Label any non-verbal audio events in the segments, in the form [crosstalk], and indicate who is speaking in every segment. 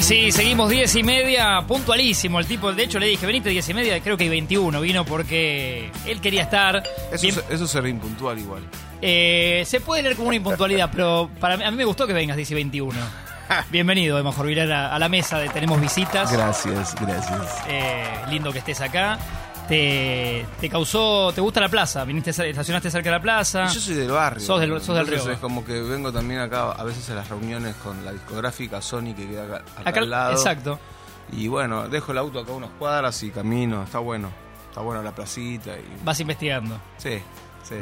Speaker 1: sí, seguimos 10 y media, puntualísimo el tipo. De hecho, le dije, venite 10 y media, creo que 21 vino porque él quería estar.
Speaker 2: Eso,
Speaker 1: Bien,
Speaker 2: es- eso sería impuntual igual.
Speaker 1: eh, se puede leer como una impuntualidad, pero para mí, a mí me gustó que vengas 10 y
Speaker 2: [laughs]
Speaker 1: 21. Bienvenido, Emma Jorvilar, a, a la mesa de Tenemos Visitas.
Speaker 2: Gracias, gracias.
Speaker 1: Eh, lindo que estés acá. Te, te causó. ¿Te gusta la plaza? Viniste, cer- estacionaste cerca de la plaza.
Speaker 2: Yo soy del barrio.
Speaker 1: Ah. Sos del- sos del
Speaker 2: Entonces
Speaker 1: Río.
Speaker 2: Es como que vengo también acá a veces a las reuniones con la discográfica Sony que queda acá, acá
Speaker 1: Acá-
Speaker 2: al lado.
Speaker 1: Exacto.
Speaker 2: Y bueno, dejo el auto acá unas cuadras y camino. Está bueno. Está bueno la placita. Y...
Speaker 1: Vas
Speaker 2: [laughs]
Speaker 1: investigando.
Speaker 2: Sí, sí.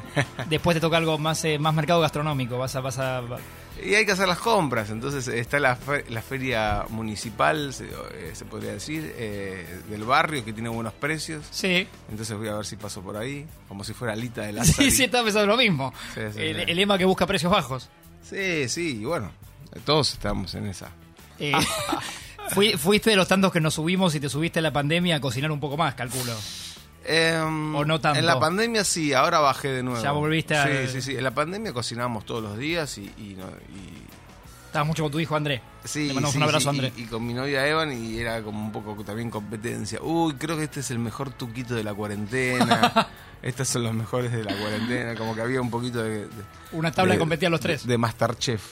Speaker 1: Después te toca algo más, eh, más mercado gastronómico. Vas a, vas a- va-
Speaker 2: y hay que hacer las compras. Entonces está la, fe- la feria municipal, se, eh, se podría decir, eh, del barrio que tiene buenos precios.
Speaker 1: Sí.
Speaker 2: Entonces voy a ver si paso por ahí, como si fuera Alita de la
Speaker 1: [laughs] Sí, sí, estaba pensando lo mismo.
Speaker 2: Ah, Sí, sí,
Speaker 1: el,
Speaker 2: sí.
Speaker 1: el Emma que busca precios bajos.
Speaker 2: Sí, sí, y bueno, todos estamos en esa.
Speaker 1: Eh,
Speaker 2: Ah.
Speaker 1: [laughs] fui- fuiste de los tantos que nos subimos y te subiste a la pandemia a cocinar un poco más, calculo.
Speaker 2: Em,
Speaker 1: O no tanto.
Speaker 2: En la pandemia sí, ahora bajé de nuevo.
Speaker 1: Ya volviste al-
Speaker 2: Sí, sí, sí. En la pandemia cocinábamos todos los días y... y no- y-
Speaker 1: Estabas mucho con tu hijo Andrés.
Speaker 2: Sí,
Speaker 1: Te mandamos
Speaker 2: sí,
Speaker 1: un abrazo,
Speaker 2: sí, y-
Speaker 1: Andrés.
Speaker 2: Y, con mi novia Evan y era como un poco también competencia. Uy, creo que este es el mejor tuquito de la
Speaker 1: [laughs]
Speaker 2: cuarentena. Estos son los mejores de la cuarentena. Como que había un poquito de... de-
Speaker 1: Una tabla
Speaker 2: de-
Speaker 1: que competía a los tres.
Speaker 2: De, de Masterchef.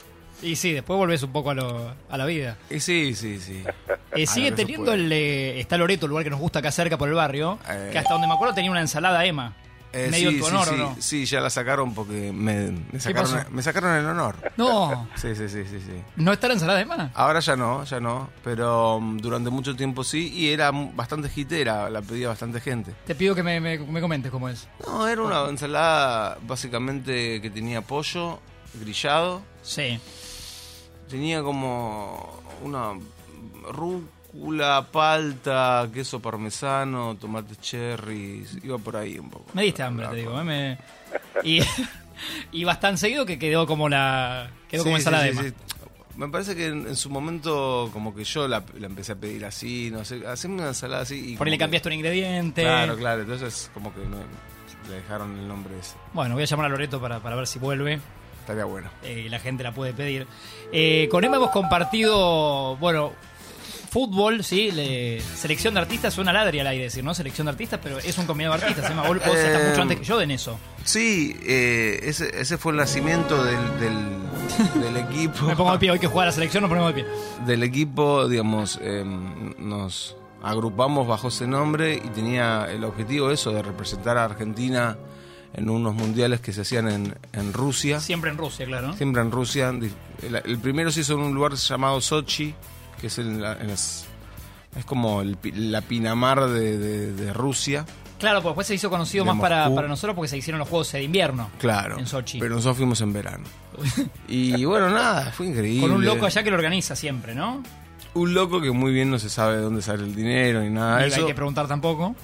Speaker 1: y sí, después volvés un poco a, lo- a la vida.
Speaker 2: Y sí, sí, sí.
Speaker 1: Eh, sigue
Speaker 2: no se
Speaker 1: teniendo
Speaker 2: puede.
Speaker 1: el. eh, está Loreto, el lugar que nos gusta acá cerca por el barrio.
Speaker 2: Eh.
Speaker 1: Que hasta donde me acuerdo tenía una ensalada Emma.
Speaker 2: Eh,
Speaker 1: medio
Speaker 2: sí,
Speaker 1: en tu
Speaker 2: sí,
Speaker 1: honor,
Speaker 2: sí,
Speaker 1: ¿o no?
Speaker 2: sí, ya la sacaron porque me, me sacaron,
Speaker 1: pasó?
Speaker 2: me sacaron el honor.
Speaker 1: No,
Speaker 2: Sí, sí, sí, sí, sí.
Speaker 1: no está la ensalada Emma.
Speaker 2: Ahora ya no, ya no, pero um, durante mucho tiempo sí y era mu- bastante hitera, la pedía bastante gente.
Speaker 1: Te pido que me, me- me comentes cómo es.
Speaker 2: No, era una ensalada básicamente que tenía pollo grillado,
Speaker 1: Sí.
Speaker 2: tenía como una rúcula, palta, queso parmesano, tomate cherry, iba por ahí un poco.
Speaker 1: Me diste hambre, te digo. ¿eh? Me- Y, [laughs] y bastante seguido que quedó como la. Quedó
Speaker 2: Sí,
Speaker 1: como
Speaker 2: sí,
Speaker 1: ensalada
Speaker 2: sí,
Speaker 1: Emma.
Speaker 2: sí. Me parece que en, en su momento como que yo la, la empecé a pedir así, no sé, haceme una ensalada así. Y
Speaker 1: Por ahí le
Speaker 2: como que-
Speaker 1: cambiaste un ingrediente.
Speaker 2: Claro, claro, entonces como que no, le dejaron el nombre ese.
Speaker 1: Bueno, voy a llamar a Loreto para, para ver si vuelve.
Speaker 2: Estaría bueno.
Speaker 1: eh, y la gente la puede pedir. Eh, con Emma hemos compartido, bueno, fútbol, sí, le- selección de artistas, suena ladri al aire decir, ¿no? Selección de artistas, pero es un combinado de artistas, Emma. Vos, vos estás mucho
Speaker 2: Eh,
Speaker 1: antes que yo en eso.
Speaker 2: Sí, eh, ese, ese fue el nacimiento
Speaker 1: [laughs]
Speaker 2: del, del, del equipo.
Speaker 1: Me pongo de pie, hoy que juega la selección, nos ponemos de pie.
Speaker 2: Del equipo, digamos, eh, nos agrupamos bajo ese nombre y tenía el objetivo eso de representar a Argentina en unos mundiales que se hacían en, en Rusia.
Speaker 1: Siempre en Rusia, claro. ¿no?
Speaker 2: Siempre en Rusia. Di- El, el primero se hizo en un lugar llamado Sochi, que es, en la- en las- es como el pi- la Pinamar de, de- de Rusia.
Speaker 1: Claro, pues después se hizo conocido
Speaker 2: De
Speaker 1: más para,
Speaker 2: Moscú.
Speaker 1: para nosotros porque se hicieron los Juegos de Invierno.
Speaker 2: Claro.
Speaker 1: En Sochi.
Speaker 2: Pero nosotros fuimos
Speaker 1: [laughs]
Speaker 2: en verano. Y bueno, nada, fue increíble.
Speaker 1: Con un loco allá que lo organiza siempre, ¿no?
Speaker 2: Un loco que muy bien no se sabe de dónde sale el dinero ni nada de
Speaker 1: Y hay
Speaker 2: Ah, eso.
Speaker 1: que preguntar tampoco.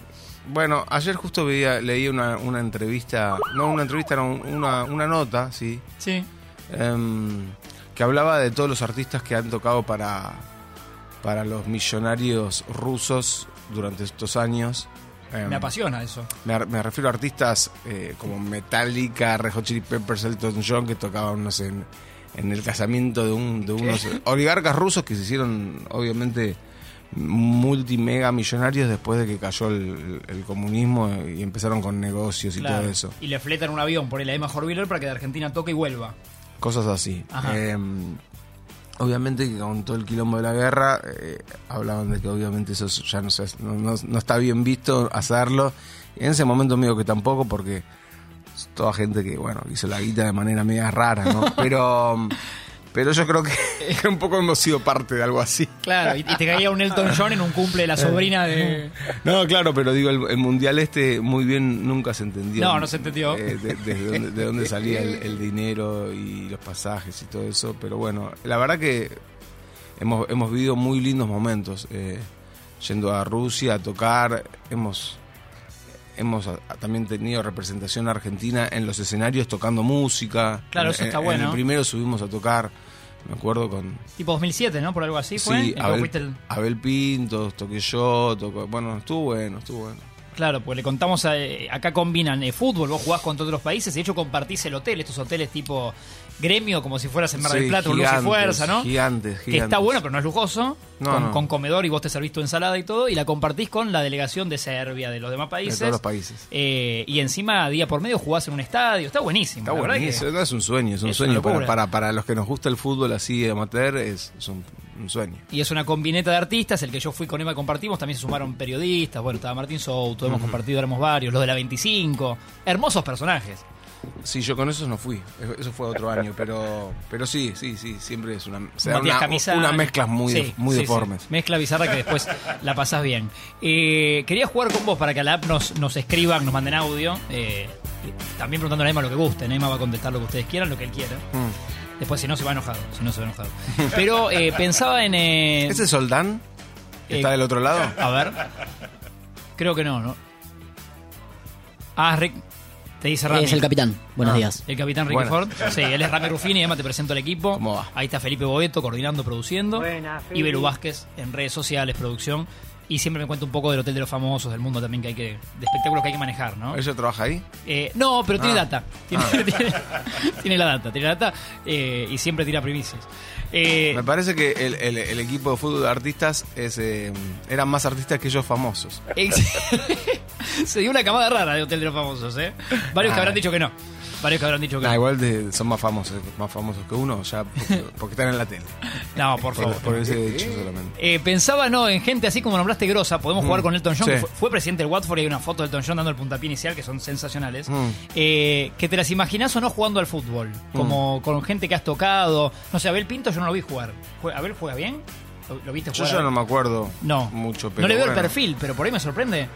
Speaker 2: Bueno, ayer justo veía, leí una, una entrevista, no una entrevista, era un- una, una nota, sí,
Speaker 1: Sí.
Speaker 2: em, que hablaba de todos los artistas que han tocado para, para los millonarios rusos durante estos años. Em,
Speaker 1: Me apasiona eso.
Speaker 2: Me, ar- me refiero a artistas eh, como Metallica, Red Hot Chili Peppers, Elton John, que tocaban, no sé, en, en el casamiento de, un, de unos oligarcas rusos que se hicieron, obviamente, multimega millonarios después de que cayó el, el comunismo y empezaron con negocios y
Speaker 1: Claro.
Speaker 2: todo eso.
Speaker 1: Y le fletan un avión por el Emma Horviller para que de Argentina toque y vuelva.
Speaker 2: Cosas así.
Speaker 1: Ajá.
Speaker 2: Eh, obviamente que con todo el quilombo de la guerra eh, hablaban de que obviamente eso ya no, se hace- no, no- no está bien visto hacerlo. Y en ese momento medio que tampoco porque es toda gente que, bueno, hizo la guita de manera media rara, ¿no? Pero, em, pero yo creo que [laughs] un poco hemos sido parte de algo así.
Speaker 1: Claro, y, y te caía un Elton John en un cumple
Speaker 2: Eh.
Speaker 1: de la sobrina de.
Speaker 2: No, claro, pero digo, el, el mundial este muy bien nunca se entendió.
Speaker 1: No, no se entendió.
Speaker 2: Eh, de,
Speaker 1: [laughs]
Speaker 2: desde dónde, de dónde salía el, el dinero y los pasajes y todo eso. Pero bueno, la verdad que hemos, hemos vivido muy lindos momentos. eh, yendo a Rusia a tocar, hemos, hemos a- también tenido representación argentina en los escenarios tocando música.
Speaker 1: Claro, eso
Speaker 2: En-
Speaker 1: está
Speaker 2: en- En
Speaker 1: bueno.
Speaker 2: el primero subimos a tocar, me acuerdo con,
Speaker 1: Tipo 2007, ¿no? Por algo así fue.
Speaker 2: Sí,
Speaker 1: Y luego
Speaker 2: Abel,
Speaker 1: fuiste el-
Speaker 2: Abel Pinto, toqué yo, tocó- Bueno, estuvo bueno, estuvo bueno.
Speaker 1: Claro, pues le contamos, a- acá combinan eh, fútbol, vos jugás contra otros países, de hecho compartís el hotel, estos hoteles tipo gremio, como si fueras en Mar del
Speaker 2: Sí,
Speaker 1: Plata, un luz y
Speaker 2: gigantes,
Speaker 1: fuerza, ¿no?
Speaker 2: Gigantes, gigantes.
Speaker 1: Que está bueno, pero no es lujoso,
Speaker 2: No,
Speaker 1: con,
Speaker 2: no.
Speaker 1: con comedor y vos te servís tu ensalada y todo, y la compartís con la delegación de Serbia, de los demás países.
Speaker 2: todos los países.
Speaker 1: Eh, y encima, día por medio, jugás en un estadio, está buenísimo.
Speaker 2: Está
Speaker 1: la verdad que-
Speaker 2: buenísimo, no, es un sueño, es un
Speaker 1: Es una
Speaker 2: sueño. Para,
Speaker 1: locura.
Speaker 2: para, para los que nos gusta el fútbol así de amateur, es, es un, un sueño.
Speaker 1: Y es una combineta de artistas, el que yo fui con Emma compartimos, también se sumaron periodistas, bueno, estaba Martín Souto, hemos compartido, éramos varios, los de la 25, hermosos personajes.
Speaker 2: Sí, yo con esos no fui, eso fue otro año, [laughs] pero pero sí, sí, sí, siempre es una, se da
Speaker 1: Matías
Speaker 2: una,
Speaker 1: Camisani.
Speaker 2: unas mezclas muy,
Speaker 1: Sí,
Speaker 2: muy
Speaker 1: sí,
Speaker 2: deformes.
Speaker 1: sí. Mezcla bizarra que después la pasás bien. Eh, quería jugar con vos para que a la app nos, nos escriban, nos manden audio. eh, y también preguntándole a Emma lo que gusten. Emma va a contestar lo que ustedes quieran, lo que él quiera.
Speaker 2: Mm.
Speaker 1: Después, si no, se va enojado. Si no, se va enojado. Pero eh, pensaba en. eh,
Speaker 2: ¿Ese Soldán? que
Speaker 1: Eh,
Speaker 2: ¿Está del otro lado?
Speaker 1: A ver. Creo que no, ¿no? Ah, Rick. Te dice Rami.
Speaker 3: Es el capitán. Buenos
Speaker 2: Ah.
Speaker 3: días.
Speaker 1: El capitán Ricky
Speaker 2: Bueno.
Speaker 1: Ford. Sí, él es Rami Ruffini. Emma, te presento al equipo.
Speaker 2: ¿Cómo va?
Speaker 1: Ahí está Felipe Boeto coordinando, produciendo.
Speaker 4: Buenas,
Speaker 1: y Belu
Speaker 4: Feli.
Speaker 1: Vázquez en redes sociales, producción. Y siempre me cuenta un poco del Hotel de los Famosos, del mundo también que hay que. de espectáculos que hay que manejar, ¿no?
Speaker 2: ¿Ella trabaja ahí?
Speaker 1: Eh, no, pero tiene
Speaker 2: Ah.
Speaker 1: data. Tiene, [laughs] tiene- tiene la data, tiene la data. eh, y siempre tira primicias. Eh,
Speaker 2: Me parece que el, el- el equipo de fútbol de artistas es, eh, eran más artistas que ellos famosos.
Speaker 1: Ex- [laughs] Se dio una camada rara de Hotel de los Famosos, ¿eh? Varios
Speaker 2: Ah.
Speaker 1: que habrán dicho que no. Varios que habrán dicho que
Speaker 2: Nah,
Speaker 1: no.
Speaker 2: Ah, igual de- son más famosos, más famosos que uno,
Speaker 1: [laughs]
Speaker 2: ya porque, porque están en la tele.
Speaker 1: No, por favor.
Speaker 2: Por ese hecho solamente.
Speaker 1: Eh, pensaba, no, en gente así como nombraste Grosa, podemos jugar con Elton John,
Speaker 2: Mm. sí.
Speaker 1: que fue, fue presidente del Watford y hay una foto de Elton John dando el puntapié inicial, que son sensacionales.
Speaker 2: Mm.
Speaker 1: Eh, que te las imaginás o no jugando al fútbol,
Speaker 2: Mm.
Speaker 1: como con gente que has tocado. No sé, Abel Pinto yo no lo vi jugar. Jue- ¿Abel juega bien? ¿Lo, lo viste
Speaker 2: Yo
Speaker 1: jugar?
Speaker 2: ya no me acuerdo
Speaker 1: No.
Speaker 2: mucho, pero
Speaker 1: no le veo el
Speaker 2: bueno.
Speaker 1: perfil, pero por ahí me sorprende.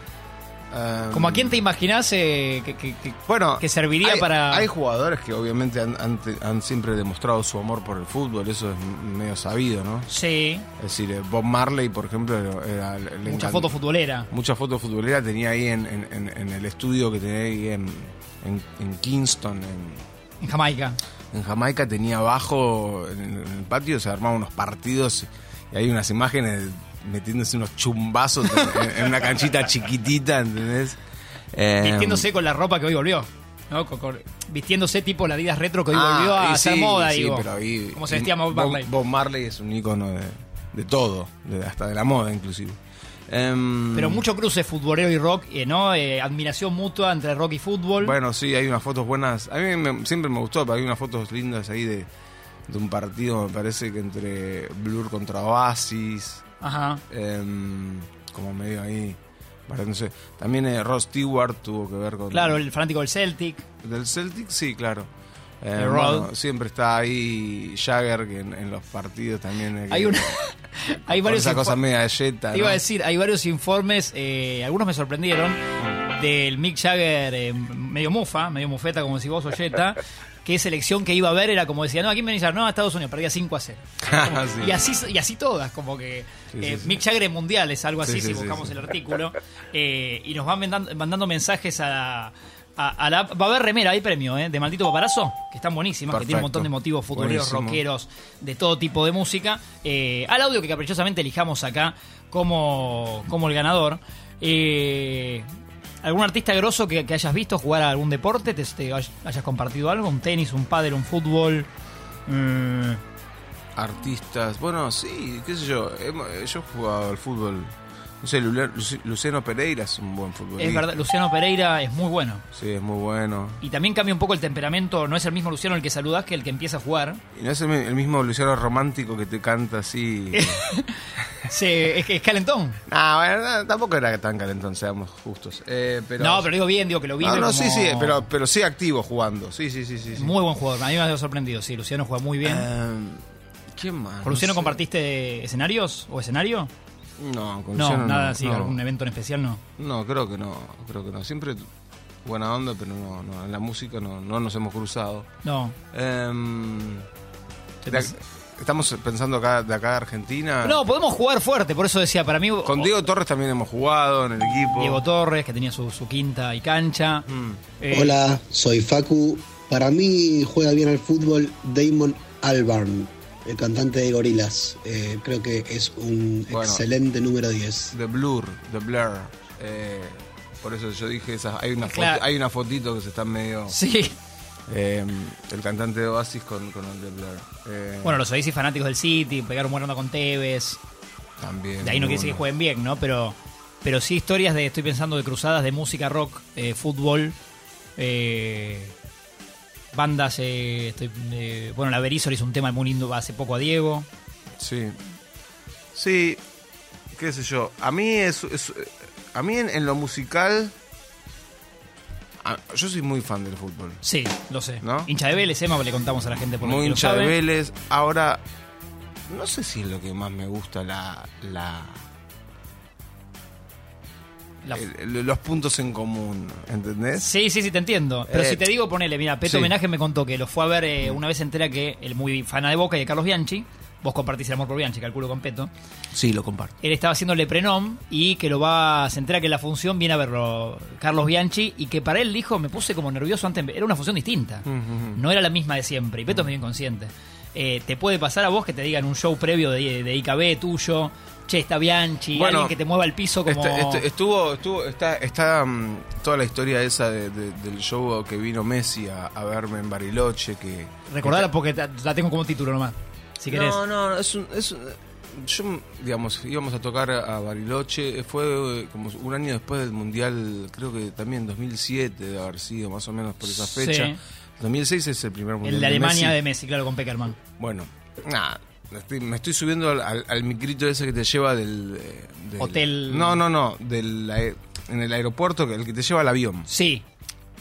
Speaker 2: Ah,
Speaker 1: Como a quién te imaginás eh, que, que- que-
Speaker 2: bueno,
Speaker 1: que serviría
Speaker 2: hay-
Speaker 1: para-
Speaker 2: Hay jugadores que obviamente han, han te- han siempre demostrado su amor por el fútbol, eso es medio sabido, ¿no?
Speaker 1: Sí,
Speaker 2: Es decir, eh, Bob Marley, por ejemplo, era, le
Speaker 1: mucha
Speaker 2: encant-
Speaker 1: foto futbolera.
Speaker 2: Muchas fotos futboleras tenía ahí en, en- en- en el estudio que tenía ahí en, en- en Kingston, en,
Speaker 1: En Jamaica.
Speaker 2: en Jamaica, tenía abajo en, el- en el patio, se armaban unos partidos y hay unas imágenes metiéndose unos chumbazos en, en una canchita chiquitita, ¿entendés? Eh,
Speaker 1: Vistiéndose con la ropa que hoy volvió. ¿no? Con- con- vistiéndose tipo la Adidas Retro que hoy
Speaker 2: ah,
Speaker 1: volvió a
Speaker 2: y
Speaker 1: hacer
Speaker 2: sí,
Speaker 1: moda,
Speaker 2: sí,
Speaker 1: digo.
Speaker 2: pero ahí-
Speaker 1: como se vestía Bob Marley.
Speaker 2: Bob Marley es un ícono de, de todo, de- hasta de la moda inclusive. Em,
Speaker 1: Pero mucho cruce futbolero y rock, eh, ¿no? Eh, admiración mutua entre rock y fútbol.
Speaker 2: Bueno, sí, hay unas fotos buenas. A mí me- siempre me gustó, pero hay unas fotos lindas ahí de, de un partido, me parece que entre Blur contra Oasis,
Speaker 1: Ajá.
Speaker 2: em, como medio ahí. para- no sé. También eh, Ross Stewart tuvo que ver con.
Speaker 1: Claro, el fanático del Celtic.
Speaker 2: Del Celtic, sí, claro. Eh,
Speaker 1: El
Speaker 2: bueno,
Speaker 1: Rod.
Speaker 2: siempre está ahí Jagger que en, en los partidos también. eh, que- [laughs]
Speaker 1: Hay una. hay
Speaker 2: con
Speaker 1: varios.
Speaker 2: Esa cosa
Speaker 1: info-
Speaker 2: media yeta.
Speaker 1: Te iba
Speaker 2: ¿no?
Speaker 1: a
Speaker 2: [laughs]
Speaker 1: decir, hay varios informes, eh, algunos me sorprendieron, del Mick Jagger eh, medio mufa, medio mufeta, como decís vos,
Speaker 2: [laughs]
Speaker 1: Olleta, que selección que iba a ver era como decía, no, aquí venís a no, a Estados Unidos, perdía 5 a 0.
Speaker 2: Ah, Sí.
Speaker 1: Y así, y así todas, como que
Speaker 2: Sí, sí,
Speaker 1: eh,
Speaker 2: sí.
Speaker 1: Mick Jagger en mundiales, algo así,
Speaker 2: Sí, sí,
Speaker 1: si
Speaker 2: sí,
Speaker 1: buscamos
Speaker 2: sí.
Speaker 1: el artículo. Eh, y nos van mandando, mandando mensajes a, a- a la. Va a haber remera, hay premio, ¿eh? De Maldito Paparazzo, que están buenísimas, que tiene un
Speaker 2: Perfecto.
Speaker 1: montón de motivos futboleros,
Speaker 2: Buenísimo.
Speaker 1: rockeros, de todo tipo de música. Eh, al audio que caprichosamente elijamos acá como, como el ganador. Eh, ¿Algún artista grosso que, que hayas visto jugar a algún deporte? ¿Te, te hay- hayas compartido algo? ¿Un tenis, un pádel, un fútbol? Mm,
Speaker 2: artistas. Bueno, sí, qué sé yo. hemo- eh, Yo he jugado al fútbol. No sé, Lula- Luci- Luciano Pereira es un buen futbolista.
Speaker 1: es verdad, Luciano Pereira es muy bueno.
Speaker 2: Sí, es muy bueno.
Speaker 1: Y también cambia un poco el temperamento, no es el mismo Luciano el que saludás que el que empieza a
Speaker 2: [laughs]
Speaker 1: jugar.
Speaker 2: Y no es el, mi- el mismo Luciano romántico que te
Speaker 1: [laughs]
Speaker 2: canta así.
Speaker 1: Se, es, que es calentón.
Speaker 2: no, Ah, bueno, no, tampoco era tan calentón, seamos justos. Eh, pero,
Speaker 1: no, pero digo bien, digo que lo vi.
Speaker 2: No,
Speaker 1: pero
Speaker 2: no,
Speaker 1: como-
Speaker 2: sí, sí, pero, pero sí activo jugando. Sí, sí, sí, sí. sí.
Speaker 1: Muy buen jugador, a mí me ha sorprendido, sí, Luciano juega muy bien.
Speaker 2: Eh, ¿Quién más?
Speaker 1: ¿Con Luciano
Speaker 2: No sé.
Speaker 1: compartiste escenarios o escenario?
Speaker 2: No, con
Speaker 1: No,
Speaker 2: Luciano
Speaker 1: nada
Speaker 2: no,
Speaker 1: así,
Speaker 2: no.
Speaker 1: algún evento en especial no.
Speaker 2: No, creo que no, creo que no. Siempre buena onda, pero no, no, en la música no, no nos hemos cruzado.
Speaker 1: No.
Speaker 2: Em,
Speaker 1: Se
Speaker 2: de
Speaker 1: pas-
Speaker 2: ac- estamos pensando acá de acá a Argentina.
Speaker 1: No, podemos jugar fuerte, por eso decía, para mí...
Speaker 2: Ah. Con Diego Torres también hemos jugado en el equipo.
Speaker 1: Diego Torres, que tenía su, su quinta y cancha.
Speaker 2: Mm.
Speaker 1: Eh,
Speaker 5: Hola, soy Facu. Para mí juega bien al fútbol Damon Albarn, el cantante de Gorilas. creo que es un
Speaker 2: Bueno.
Speaker 5: excelente número 10.
Speaker 2: The Blur, The Blur. eh, Por eso yo dije, esas, hay, una
Speaker 1: Claro.
Speaker 2: foti- hay una fotito que se están medio...
Speaker 1: Sí.
Speaker 2: eh, el cantante de Oasis con, con el de Blur. Eh,
Speaker 1: Bueno, los Oasis fanáticos del City, pegaron buena onda con Tevez.
Speaker 2: también.
Speaker 1: De ahí no
Speaker 2: muy
Speaker 1: quiere decir que
Speaker 2: bueno.
Speaker 1: jueguen bien, ¿no? Pero, pero sí historias de, estoy pensando, de cruzadas de música, rock, eh, fútbol, eh, bandas, eh, estoy, eh, bueno, la Berizzo le hizo un tema muy lindo hace poco a Diego.
Speaker 2: Sí. Sí, qué sé yo. A mí es. es- a mí en, en lo musical. a- yo soy muy fan del fútbol.
Speaker 1: Sí, lo sé.
Speaker 2: ¿No?
Speaker 1: Hincha de Vélez, Emma, le contamos a la gente por
Speaker 2: Muy
Speaker 1: que lo
Speaker 2: hincha de
Speaker 1: sabe.
Speaker 2: Vélez. Ahora. No sé si es lo que más me gusta la. la-
Speaker 1: La-
Speaker 2: el- los puntos en común, ¿entendés?
Speaker 1: Sí, sí, sí, te entiendo. Pero
Speaker 2: Eh,
Speaker 1: si te digo, ponele, mira, Peto
Speaker 2: sí.
Speaker 1: Homenaje me contó que lo fue a ver eh, una vez entera que el muy fana de Boca y de Carlos Bianchi, vos compartís el amor por Bianchi, calculo con Peto,
Speaker 2: Sí, lo comparto.
Speaker 1: él estaba haciéndole prenom y que lo va, se entera que la función viene a verlo Carlos Bianchi y que para él dijo, me puse como nervioso antes, era una función
Speaker 2: Mm,
Speaker 1: distinta, no era la misma de siempre, y Peto es medio inconsciente. Eh, te puede pasar a vos que te digan un show previo de, de IKB tuyo, che, está Bianchi,
Speaker 2: Bueno,
Speaker 1: alguien que te mueva el piso como...
Speaker 2: Este- este- estuvo, estuvo, está, está mm, toda la historia esa de- de- del show que vino Messi a, a verme en Bariloche, que
Speaker 1: Recordala porque ta- la tengo como título nomás, si querés.
Speaker 2: No, no, es un, es un- yo, digamos, íbamos a tocar a Bariloche, eh, fue eh, como un año después del Mundial, creo que también 2007 de haber sido, más o menos por esa
Speaker 1: Sí.
Speaker 2: fecha. 2006 es el primer Mundial
Speaker 1: El de Alemania
Speaker 2: Messi.
Speaker 1: de Messi, claro, con Peckerman.
Speaker 2: Bueno, nada, me estoy, me estoy subiendo al, al, al micrito ese que te lleva del... eh, del-
Speaker 1: Hotel.
Speaker 2: No, no, no, del, ae- en el aeropuerto, que- el que te lleva al avión.
Speaker 1: Sí,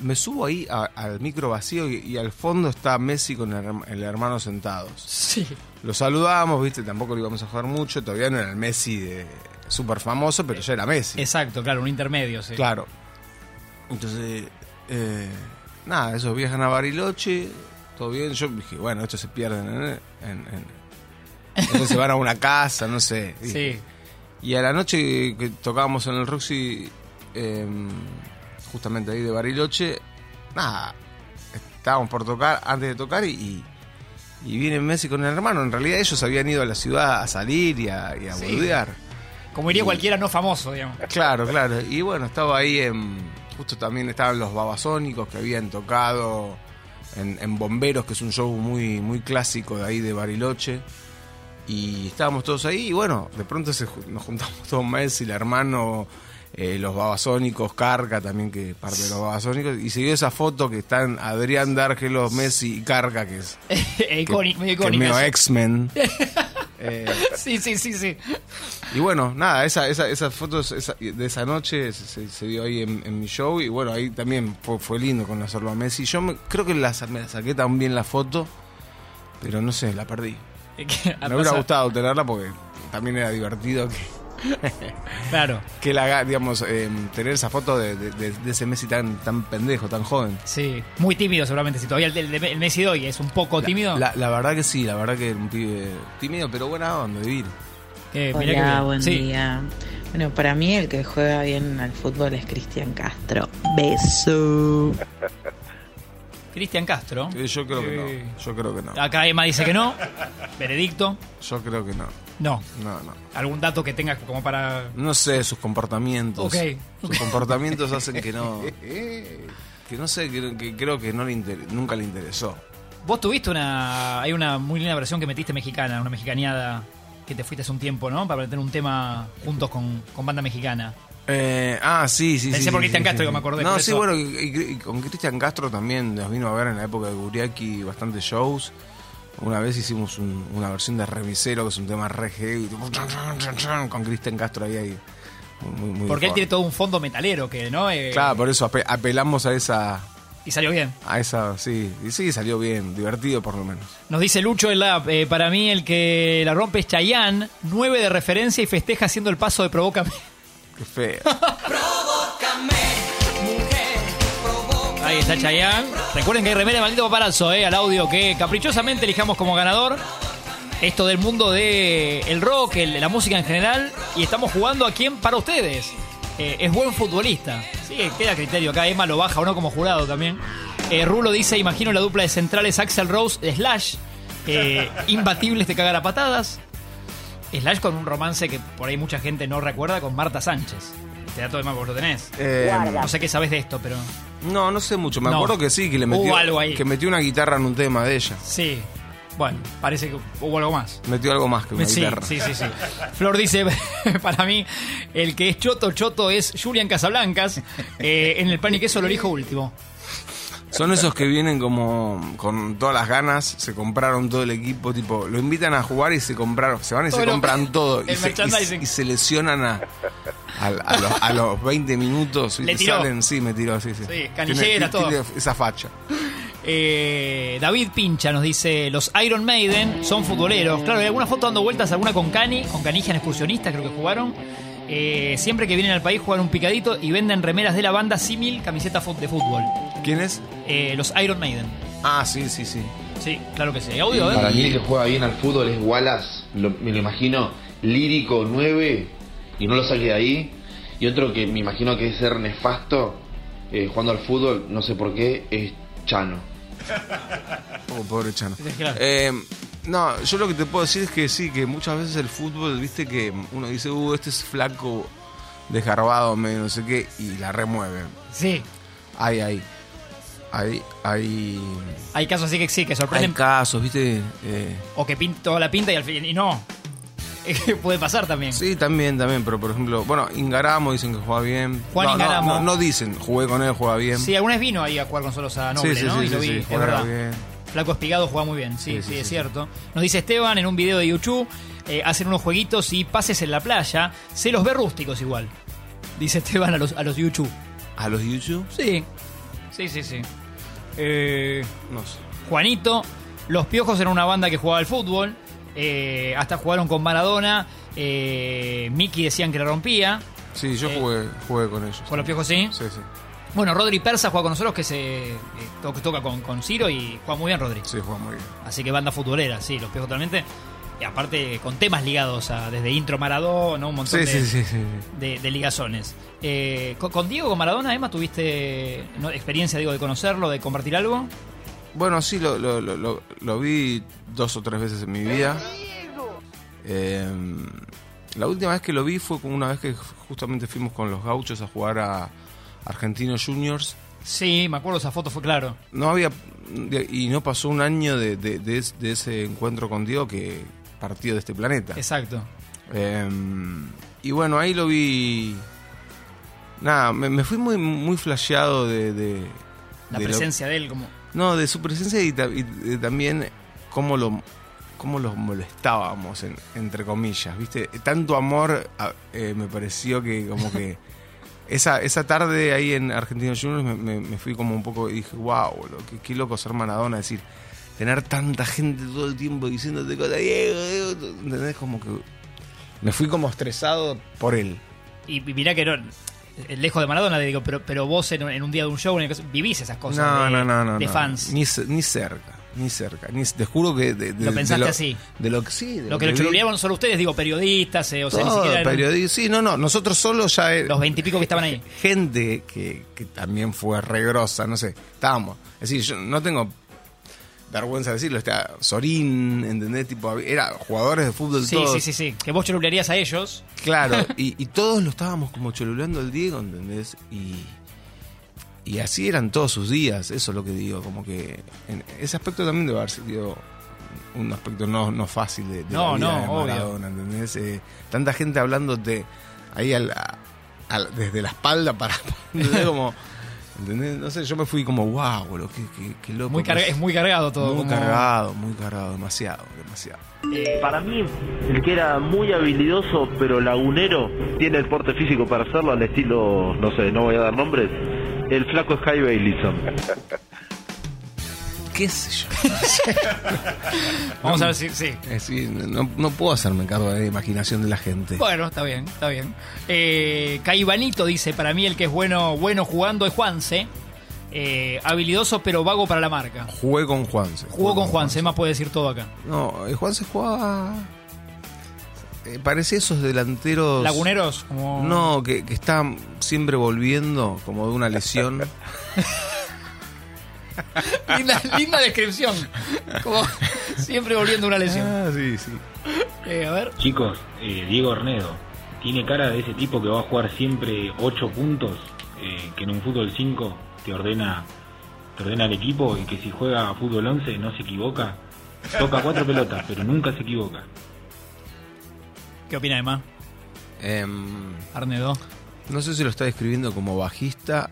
Speaker 2: Me subo ahí a- al micro vacío y, y al fondo está Messi con el, herma- el hermano sentados.
Speaker 1: sí.
Speaker 2: Lo saludamos, viste, tampoco lo íbamos a jugar mucho, todavía no era el Messi de súper famoso, pero ya era Messi.
Speaker 1: Exacto, claro, un intermedio, sí.
Speaker 2: Claro. Entonces, eh, nada, esos viajan a Bariloche, todo bien. Yo dije, bueno, estos se pierden en- en- en- entonces se van a una casa, no sé. dije.
Speaker 1: [laughs] Sí.
Speaker 2: Y a la noche que tocábamos en el Roxy, eh, justamente ahí de Bariloche, nada, estábamos por tocar, antes de tocar, y, y viene Messi con el hermano. En realidad ellos habían ido a la ciudad a salir y a, y a
Speaker 1: Sí.
Speaker 2: boludear.
Speaker 1: Como diría cualquiera no famoso, [laughs] digamos.
Speaker 2: Claro, claro. Y bueno, estaba ahí, en, justo también estaban los babasónicos que habían tocado en, en Bomberos, que es un show muy, muy clásico de ahí de Bariloche. Y estábamos todos ahí y bueno, de pronto se ju- nos juntamos [laughs] todos Messi, el hermano, eh, los babasónicos, Carca también, que es parte de los babasónicos. Y se dio esa foto que están Adrián D'Argelo, Messi y Carca, que es...
Speaker 1: Eh,
Speaker 2: que-
Speaker 1: icónico, medio
Speaker 2: que es medio
Speaker 1: icónica.
Speaker 2: X-Men. Eh,
Speaker 1: [laughs] Sí, sí, sí, sí.
Speaker 2: y bueno, nada, esa, esa, esas fotos esa- de esa noche se, se- se dio ahí en, en mi show y bueno, ahí también fue, fue lindo conocerlo a Messi. Yo me- creo que la, sa- me la saqué también la foto, pero no sé, la perdí.
Speaker 1: Ah,
Speaker 2: Me hubiera gustado tenerla porque también era divertido que,
Speaker 1: Claro,
Speaker 2: que la, haga- digamos, eh, tener esa foto de, de- de- de ese Messi tan, tan pendejo, tan joven.
Speaker 1: sí. Muy tímido seguramente. Si todavía el, el, el Messi de hoy es un poco tímido.
Speaker 2: La, la verdad que sí, la verdad que era un pibe tímido, pero buena onda, vivir.
Speaker 1: eh, mirá que
Speaker 3: Hola,
Speaker 1: bien.
Speaker 3: buen
Speaker 1: Sí.
Speaker 3: día. Bueno, para mí el que juega bien al fútbol es Cristian Castro. Beso.
Speaker 1: Cristian Castro.
Speaker 2: Eh, Yo creo que
Speaker 1: Eh.
Speaker 2: no, yo creo que no,
Speaker 1: Acá Emma dice que no. Veredicto.
Speaker 2: yo creo que no,
Speaker 1: No.
Speaker 2: no, no.
Speaker 1: ¿Algún dato que tengas como para...?
Speaker 2: No sé, sus comportamientos.
Speaker 1: Ok.
Speaker 2: Sus comportamientos hacen
Speaker 1: [laughs]
Speaker 2: que no. Que no sé, que, que creo que no le inter- nunca le interesó.
Speaker 1: Vos tuviste una... Hay una muy linda versión que metiste mexicana, una mexicaneada que te fuiste hace un tiempo, ¿no? Para tener un tema juntos con, con banda mexicana.
Speaker 2: Eh, ah, sí, sí,
Speaker 1: Pensé
Speaker 2: sí.
Speaker 1: por
Speaker 2: sí,
Speaker 1: Cristian
Speaker 2: sí,
Speaker 1: Castro,
Speaker 2: sí.
Speaker 1: que me acordé,
Speaker 2: No,
Speaker 1: por
Speaker 2: sí,
Speaker 1: eso.
Speaker 2: bueno, y, y- y con Cristian Castro también nos vino a ver en la época de Guriaki bastantes shows. Una vez hicimos un- una versión de Remisero, que es un tema re heavy, tipo, chan, chan, chan, chan, con Cristian Castro ahí. ahí. Muy, muy, muy
Speaker 1: Porque él
Speaker 2: fuerte.
Speaker 1: tiene todo un fondo metalero que, ¿no? Eh,
Speaker 2: Claro, por eso ape- apelamos a esa.
Speaker 1: Y salió bien.
Speaker 2: A esa, sí. Y sí, salió bien, divertido por lo menos.
Speaker 1: Nos dice Lucho el app, eh, para mí el que la rompe es Chayanne, 9 de referencia y festeja haciendo el paso de Provócame.
Speaker 2: Qué
Speaker 1: [laughs]
Speaker 2: feo.
Speaker 1: Ahí está Chayanne. Recuerden que hay remera de maldito paparazzo, eh, al audio que caprichosamente elijamos como ganador. Esto del mundo de el rock, el- la música en general, y estamos jugando a quién para ustedes. Eh, es buen futbolista. Sí, queda a criterio. Acá Emma lo baja o no como jurado también. Eh, Rulo dice, imagino la dupla de centrales Axel Rose Slash. eh, imbatibles de cagar a patadas. Slash con un romance que por ahí mucha gente no recuerda con Marta Sánchez. Este dato de Mago lo tenés.
Speaker 2: Eh,
Speaker 4: Guarda.
Speaker 1: No sé qué sabés de esto, pero.
Speaker 2: no, no sé mucho. Me
Speaker 1: No.
Speaker 2: acuerdo que sí, que le
Speaker 1: Hubo
Speaker 2: metió,
Speaker 1: algo ahí.
Speaker 2: que metió una guitarra en un tema de ella.
Speaker 1: Sí. Bueno, parece que hubo algo más.
Speaker 2: Metió algo más que una
Speaker 1: Sí,
Speaker 2: guitarra.
Speaker 1: sí, sí, sí. Flor dice, [laughs] para mí, el que es choto choto es Julian Casablancas. Eh, en el pan y queso lo elijo último.
Speaker 2: Son esos que vienen como con todas las ganas, se compraron todo el equipo, tipo, lo invitan a jugar y se compraron, se van y
Speaker 1: Todo
Speaker 2: se
Speaker 1: lo-
Speaker 2: compran todo.
Speaker 1: el
Speaker 2: Y se, y se-
Speaker 1: merchandising.
Speaker 2: y se lesionan a, a, a los,
Speaker 1: [laughs]
Speaker 2: a los 20 minutos y
Speaker 1: Le
Speaker 2: te
Speaker 1: tiró.
Speaker 2: salen, sí, me tiró, sí, sí.
Speaker 1: Sí, canillera,
Speaker 2: Tiene- tiene
Speaker 1: todo.
Speaker 2: Esa facha.
Speaker 1: Eh, David Pincha nos dice, los Iron Maiden son futboleros. Claro, hay alguna foto dando vueltas, alguna con Cani, con Canija en excursionista, creo que jugaron. Eh, siempre que vienen al país juegan un picadito y venden remeras de la banda símil camisetas fu- de fútbol.
Speaker 2: ¿Quién es?
Speaker 1: Eh, los Iron Maiden.
Speaker 2: Ah, sí, sí, sí.
Speaker 1: Sí, claro que sí. Hay Audio,
Speaker 6: Para
Speaker 1: ¿eh?
Speaker 6: mí el que juega bien al fútbol es Wallace, lo- me lo imagino lírico 9 y no lo saque de ahí. Y otro que me imagino que es ser nefasto eh, jugando al fútbol, no sé por qué, es Chano.
Speaker 2: Oh, pobre Chano.
Speaker 1: Claro.
Speaker 2: Eh, no, yo lo que te puedo decir es que sí, que muchas veces el fútbol, viste que uno dice, uh, este es flaco, desgarbado, medio no sé qué, y la remueven.
Speaker 1: Sí.
Speaker 2: Hay, hay. Hay, hay.
Speaker 1: Hay casos así que sí, que
Speaker 2: Hay
Speaker 1: sorprenden.
Speaker 2: casos, ¿viste? Eh,
Speaker 1: o que pinta toda la pinta y al fin. Y no. Puede pasar también.
Speaker 2: sí, también, también, pero por ejemplo, bueno, Ingaramo dicen que juega bien.
Speaker 1: Juan
Speaker 2: no, no,
Speaker 1: Ingaramo.
Speaker 2: No, no dicen, jugué con él, juega bien.
Speaker 1: Sí, alguna vez vino ahí a jugar con solos a Noble,
Speaker 2: em. Sí, sí,
Speaker 1: ¿no?
Speaker 2: sí,
Speaker 1: y lo
Speaker 2: sí,
Speaker 1: vi,
Speaker 2: sí,
Speaker 1: es
Speaker 2: juega
Speaker 1: verdad.
Speaker 2: bien.
Speaker 1: Flaco Espigado juega muy bien, sí, sí,
Speaker 2: Sí, sí,
Speaker 1: es
Speaker 2: sí.
Speaker 1: cierto. Nos dice Esteban en un video de YouTube, eh, hacen unos jueguitos y pases en la playa, se los ve rústicos igual. Dice Esteban a los, a los YouTube.
Speaker 2: ¿A los YouTube?
Speaker 1: Sí, sí, sí, sí. Eh,
Speaker 2: No sé.
Speaker 1: Juanito, Los Piojos era una banda que jugaba al fútbol, eh, hasta jugaron con Maradona, eh, Mickey decían que la rompía,
Speaker 2: Sí, yo
Speaker 1: Eh,
Speaker 2: jugué, jugué con ellos.
Speaker 1: con Los Piojos sí.
Speaker 2: Sí, sí.
Speaker 1: Bueno, Rodri Persa juega con nosotros, que se eh, to- toca con, con Ciro y juega muy bien Rodri.
Speaker 2: Sí, juega muy bien.
Speaker 1: Así que banda futbolera, sí, los pies totalmente. Y aparte con temas ligados a desde intro Maradona, un montón de,
Speaker 2: Sí, sí, sí, sí, sí.
Speaker 1: de- de ligazones. Eh, co- con, Diego, con Maradona, Emma, ¿tuviste no, experiencia, digo, de conocerlo, de compartir algo?
Speaker 2: Bueno, sí, lo, lo, lo- lo- lo vi dos o tres veces en mi vida. Eh, la última vez que lo vi fue como una vez que justamente fuimos con los gauchos a jugar a Argentinos Juniors.
Speaker 1: Sí, me acuerdo esa foto, fue claro.
Speaker 2: No había. Y no pasó un año de, de- de es- de ese encuentro con Dios que partió de este planeta.
Speaker 1: Exacto.
Speaker 2: Eh, y bueno, ahí lo vi. Nada, me, me fui muy, muy flasheado de. de-
Speaker 1: La
Speaker 2: de lo-
Speaker 1: presencia de él como...
Speaker 2: no, de su presencia y, ta- y, eh, también cómo lo, cómo los molestábamos, en- entre comillas, ¿viste? Tanto amor a- eh, me pareció que como que... Esa, esa tarde ahí en Argentinos Juniors me, me- me fui como un poco y dije, wow, qué, qué loco ser Maradona, es decir, tener tanta gente todo el tiempo diciéndote cosas, Diego, Diego", ¿entendés? Como que me fui como estresado por él.
Speaker 1: Y, y mirá que no, eh, lejos de Maradona, le digo, pero, pero vos en, en un día de un show en el que- vivís esas cosas
Speaker 2: no,
Speaker 1: de,
Speaker 2: no, no, no,
Speaker 1: de
Speaker 2: no.
Speaker 1: fans.
Speaker 2: Ni, ce- ni cerca, ni cerca. Ni, te juro que... de- de-
Speaker 1: Lo
Speaker 2: de
Speaker 1: pensaste así.
Speaker 2: De lo que sí. de
Speaker 1: Lo que lo
Speaker 2: vi.
Speaker 1: churuleaban solo ustedes, digo, periodistas, eh, o sea, ni
Speaker 2: Todo,
Speaker 1: siquiera eran
Speaker 2: periodi- Sí, no, no. Nosotros solo ya... eh,
Speaker 1: los veintipico que estaban ahí.
Speaker 2: [laughs] Gente que, que también fue regrosa, no sé. Estábamos. Es decir, yo no tengo vergüenza de decirlo. Está Sorín, ¿entendés? Tipo, era jugadores de fútbol
Speaker 1: Sí,
Speaker 2: todos.
Speaker 1: sí, sí, sí. Que vos churulearías a ellos. [laughs]
Speaker 2: Claro, y, y todos lo estábamos como choluleando al Diego, ¿entendés? Y, y así eran todos sus días, eso es lo que digo, como que en ese aspecto también debe haber sido un aspecto no, no fácil de, de
Speaker 1: No,
Speaker 2: la vida
Speaker 1: no,
Speaker 2: de
Speaker 1: obvio.
Speaker 2: Maradona, ¿entendés? Eh, tanta gente hablándote ahí al- a- al- desde la espalda para... [laughs]
Speaker 1: [laughs]
Speaker 2: ¿entendés? Como, ¿entendés? No sé, yo me fui como, wow, boludo, qué, qué- qué loco.
Speaker 1: Muy carga- es muy cargado todo.
Speaker 2: Muy
Speaker 1: como-
Speaker 2: cargado, muy cargado, demasiado, demasiado.
Speaker 7: Para mí, el que era muy habilidoso pero lagunero, tiene el porte físico para hacerlo al estilo, no sé, no voy a dar nombres, el flaco es Jai Bailison.
Speaker 2: ¿Qué sé yo?
Speaker 1: Vamos a ver si. Sí.
Speaker 2: Es decir, no, no puedo hacerme cargo de la imaginación de la gente.
Speaker 1: Bueno, está bien, está bien. Eh, Caibanito dice: Para mí, el que es bueno bueno jugando es Juanse. Eh, habilidoso, pero vago para la marca.
Speaker 2: Jugué con Juanse.
Speaker 1: Jugó con Juanse, más puede decir todo acá.
Speaker 2: No, eh, Juanse jugaba. eh, parecía esos delanteros.
Speaker 1: Laguneros, como.
Speaker 2: No, que, que están siempre volviendo como de
Speaker 1: [laughs]
Speaker 2: una lesión.
Speaker 1: Linda, [laughs] linda descripción. Como siempre volviendo a una lesión.
Speaker 2: Ah, sí, sí.
Speaker 1: Eh, a ver.
Speaker 8: Chicos, eh, Diego Ornedo,
Speaker 4: tiene cara de ese tipo que va a jugar siempre 8 puntos, eh, que en un fútbol 5 te ordena te ordena el equipo y que si juega a fútbol 11 no se equivoca. Toca cuatro pelotas, pero nunca se equivoca.
Speaker 1: ¿Qué opina de más?
Speaker 2: Em,
Speaker 1: Arnedo.
Speaker 2: no sé si lo está describiendo como
Speaker 1: [laughs]
Speaker 2: bajista.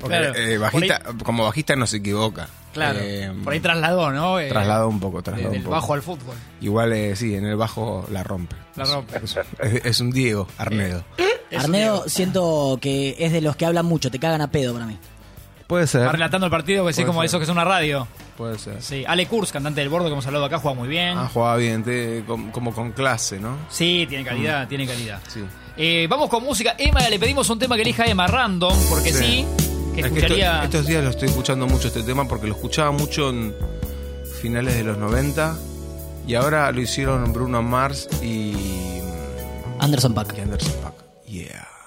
Speaker 2: Porque,
Speaker 1: Claro,
Speaker 2: eh, bajista como bajista no se equivoca.
Speaker 1: Claro. Eh,
Speaker 2: Em,
Speaker 1: por ahí trasladó, ¿no? Eh,
Speaker 2: trasladó un poco,
Speaker 1: de-
Speaker 2: trasladó
Speaker 1: del
Speaker 2: un poco.
Speaker 1: bajo al fútbol.
Speaker 2: Igual, eh, sí, en el bajo la rompe.
Speaker 1: La rompe. Eh.
Speaker 2: Es, es- es un Diego, Arnedo.
Speaker 1: Es un
Speaker 8: Arnedo,
Speaker 1: Diego.
Speaker 8: siento que es de los que hablan mucho, te cagan a pedo para mí.
Speaker 2: Puede
Speaker 1: Va
Speaker 2: ser.
Speaker 1: relatando el partido, que sí,
Speaker 2: Puede
Speaker 1: como
Speaker 2: ser.
Speaker 1: eso que es una radio.
Speaker 2: Puede ser.
Speaker 1: Sí, Ale Kurz, cantante del bordo que hemos hablado acá, juega muy bien.
Speaker 2: Ah, jugaba bien, te- com- como con clase, ¿no?
Speaker 1: Sí, tiene calidad, tiene calidad.
Speaker 2: Sí.
Speaker 1: Eh, vamos con música. Emma, le pedimos un tema que elija Emma random, porque sí,
Speaker 2: Sí.
Speaker 1: que
Speaker 2: Es que
Speaker 1: escucharía.
Speaker 2: esto- estos días lo estoy escuchando mucho este tema porque lo escuchaba mucho en finales de los 90 y ahora lo hicieron Bruno Mars y,
Speaker 8: Anderson
Speaker 2: y
Speaker 8: Pack.
Speaker 2: Anderson Paak. Yeah.